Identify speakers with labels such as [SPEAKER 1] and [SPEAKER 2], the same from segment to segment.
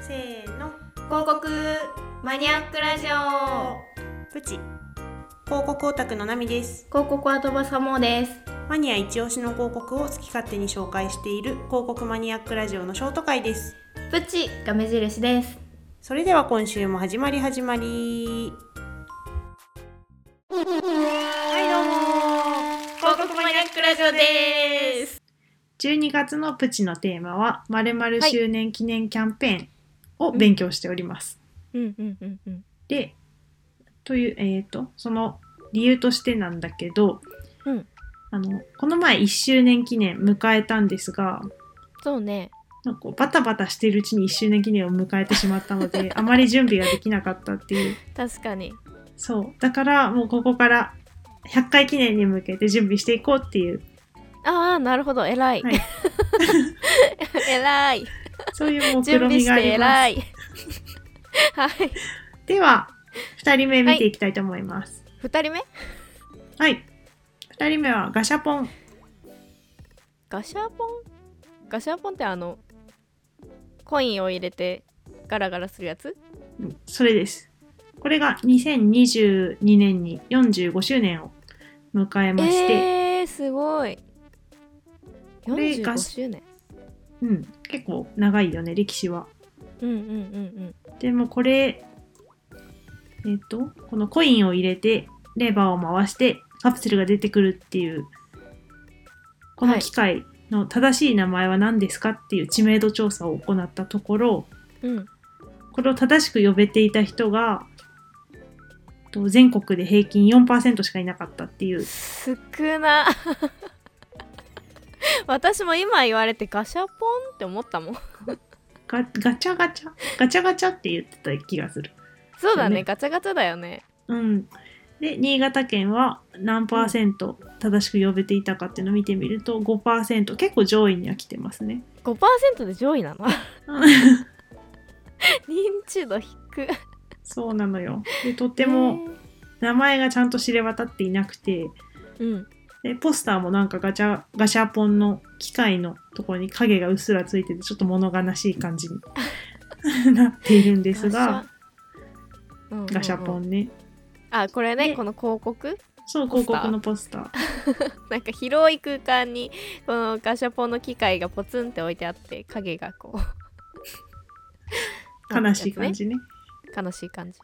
[SPEAKER 1] せーの
[SPEAKER 2] 広告マニアックラジオ
[SPEAKER 1] プチ広告オタクのナミです
[SPEAKER 2] 広告は飛ばさもです
[SPEAKER 1] マニア一押しの広告を好き勝手に紹介している広告マニアックラジオのショート回です
[SPEAKER 2] プチが目印です
[SPEAKER 1] それでは今週も始まり始まりはいどうも
[SPEAKER 2] 広告マニアックラジオです
[SPEAKER 1] 12月のプチのテーマはまるまる周年記念キャンペーンを勉強しております、
[SPEAKER 2] うんうんうんうん
[SPEAKER 1] でというえー、とその理由としてなんだけど、
[SPEAKER 2] うん
[SPEAKER 1] あのこの前1周年記念迎えたんですが
[SPEAKER 2] そうね
[SPEAKER 1] なんかこうバタバタしているうちに1周年記念を迎えてしまったの であまり準備ができなかったっていう
[SPEAKER 2] 確かに
[SPEAKER 1] そうだからもうここから100回記念に向けて準備していこうっていう
[SPEAKER 2] ああなるほど偉い、
[SPEAKER 1] はい
[SPEAKER 2] 偉い
[SPEAKER 1] そういう目
[SPEAKER 2] 準
[SPEAKER 1] 論
[SPEAKER 2] 備
[SPEAKER 1] み
[SPEAKER 2] し
[SPEAKER 1] があ
[SPEAKER 2] て
[SPEAKER 1] りま
[SPEAKER 2] 偉
[SPEAKER 1] す
[SPEAKER 2] い はい
[SPEAKER 1] では2人目見ていきたいと思います
[SPEAKER 2] 二人目
[SPEAKER 1] はい、2人目はガシャポン
[SPEAKER 2] ガシャポンガシャポンってあのコインを入れてガラガラするやつ
[SPEAKER 1] それです。これが2022年に45周年を迎えまして、
[SPEAKER 2] えー、すごい
[SPEAKER 1] これが
[SPEAKER 2] 45周年
[SPEAKER 1] うん、結構長いよね、歴史は。
[SPEAKER 2] うんうんうん
[SPEAKER 1] でもこれ、えっ、と、このコインを入れて、レバーを回して、カプセルが出てくるっていう、この機械の正しい名前は何ですかっていう知名度調査を行ったところ、
[SPEAKER 2] うんうん
[SPEAKER 1] これを正しく呼べていた人が、えっと全国で平均4%しかいなかったっていう
[SPEAKER 2] 少な 私も今言われてガシャポンって思ったもん
[SPEAKER 1] ガガチャガチャガチャガチャって言ってた気がする。
[SPEAKER 2] そうだね
[SPEAKER 1] ね
[SPEAKER 2] ガチャガチャだよね
[SPEAKER 1] うん。で、新潟県は何パーセント正しく呼べていたかっていうのを見てみると5%、結構上位には来てますね。
[SPEAKER 2] 5%で上 位なの認
[SPEAKER 1] うん
[SPEAKER 2] 知度低
[SPEAKER 1] そうなのよ。で、とっ
[SPEAKER 2] で
[SPEAKER 1] ても名前がちゃんと知れ渡っていなくて、
[SPEAKER 2] うん
[SPEAKER 1] でポスターもなんかガチャ、ガシャポンの機械のところに影がうっすらついてて、ちょっと物悲しい感じ になっているんですが、
[SPEAKER 2] ガシャ,うんうんうん、
[SPEAKER 1] ガシャポンね。
[SPEAKER 2] あこれね
[SPEAKER 1] ね
[SPEAKER 2] この広告
[SPEAKER 1] そう、
[SPEAKER 2] ポ
[SPEAKER 1] 広
[SPEAKER 2] スター
[SPEAKER 1] 告のポスター。
[SPEAKER 2] なんか広い空間にこのガシャポンの機械がポツンって置いてあって影がこ う
[SPEAKER 1] 悲しい感じね。
[SPEAKER 2] なんかね悲しい感じ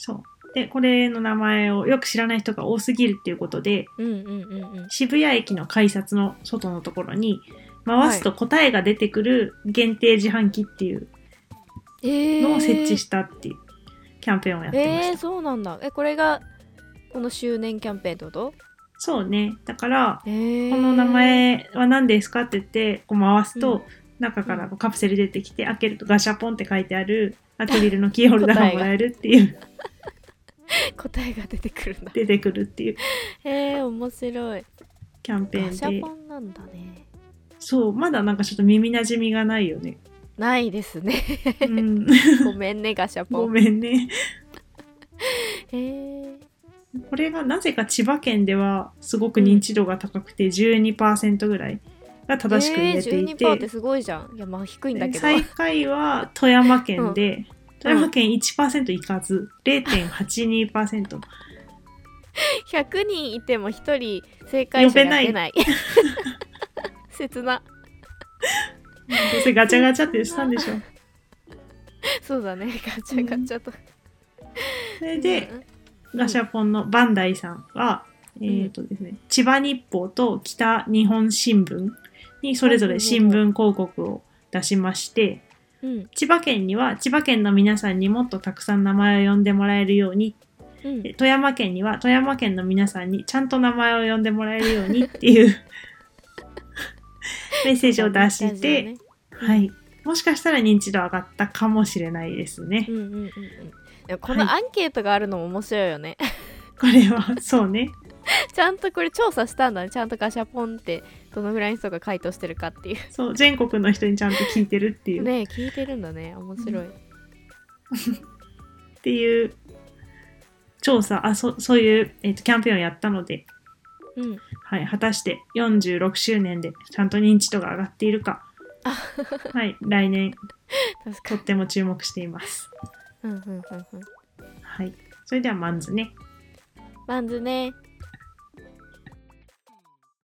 [SPEAKER 1] そう。で、これの名前をよく知らない人が多すぎるっていうことで、
[SPEAKER 2] うんうんうんうん
[SPEAKER 1] 渋谷駅の改札の外のところに、回すと答えが出てくる限定自販機っていう
[SPEAKER 2] えー
[SPEAKER 1] のを設置したっていうキャンペーンをやってました。
[SPEAKER 2] えー、そうなんだえこれがこの周年キャンペーンってこと
[SPEAKER 1] そうね。だから、
[SPEAKER 2] えー、
[SPEAKER 1] この名前は何ですかって言って、こう回すと、
[SPEAKER 2] うん
[SPEAKER 1] 中からこうカプセル出てきて、開けるとガシャポンって書いてあるアクリルのキーホルダーをもらえるっていう、
[SPEAKER 2] 答えが出てくるん だ
[SPEAKER 1] 出てくるっていう
[SPEAKER 2] えー、面白い
[SPEAKER 1] キャンペ
[SPEAKER 2] ガシ
[SPEAKER 1] ーン
[SPEAKER 2] ャ
[SPEAKER 1] で
[SPEAKER 2] ポ。ンなんだね
[SPEAKER 1] そう、まだなんかちょっと耳なじみがないよ ね。
[SPEAKER 2] ないですね
[SPEAKER 1] うん。
[SPEAKER 2] ごめんねガシャ
[SPEAKER 1] ご
[SPEAKER 2] ポン
[SPEAKER 1] めんね。
[SPEAKER 2] えー、
[SPEAKER 1] これがなぜか千葉県ではすごく認知度が高くて12%ぐらいが正しく入れていて、
[SPEAKER 2] えー、12%ってすごいじゃんいやまあ低いんだけど
[SPEAKER 1] 最下位は富山県で、富山県1%いかず0.82%、
[SPEAKER 2] 100人いても1人正解者が出ない 切な
[SPEAKER 1] どうせガチャガチャってしたんでしょ
[SPEAKER 2] そうだねガチャガチャと、
[SPEAKER 1] それでガシャポンのバンダイさんは、
[SPEAKER 2] ん
[SPEAKER 1] えーとですね、千葉日報と北日本新聞にそれぞれ新聞広告を出しまして、
[SPEAKER 2] うん
[SPEAKER 1] 千葉県には千葉県の皆さんにもっとたくさん名前を呼んでもらえるように
[SPEAKER 2] うん
[SPEAKER 1] で富山県には富山県の皆さんにちゃんと名前を呼んでもらえるようにっていう メッセージを出し
[SPEAKER 2] ラジオ
[SPEAKER 1] て、
[SPEAKER 2] ね
[SPEAKER 1] はい、もしかしたら認知度上がったかもしれないですね
[SPEAKER 2] う。んうんうんうんでもこのアンケートがあるのも面白いよね
[SPEAKER 1] これはそうね
[SPEAKER 2] ちゃんとこれ調査したんだねちゃんとガシャポンってどのぐらいの人が回答してるかってい
[SPEAKER 1] そう全国の人にちゃんと聞いてるっていうう、
[SPEAKER 2] ねえ聞いてるんだね面白い、
[SPEAKER 1] っていう調査あそそういう、えーとキャンペーンをやったので、
[SPEAKER 2] うん
[SPEAKER 1] はい、果たして46周年でちゃんと認知度が上がっているかはい、来年
[SPEAKER 2] 確か
[SPEAKER 1] と
[SPEAKER 2] に。
[SPEAKER 1] っても注目しています。
[SPEAKER 2] うんうんうんうん。
[SPEAKER 1] はい、それではマンズね。
[SPEAKER 2] バンズね。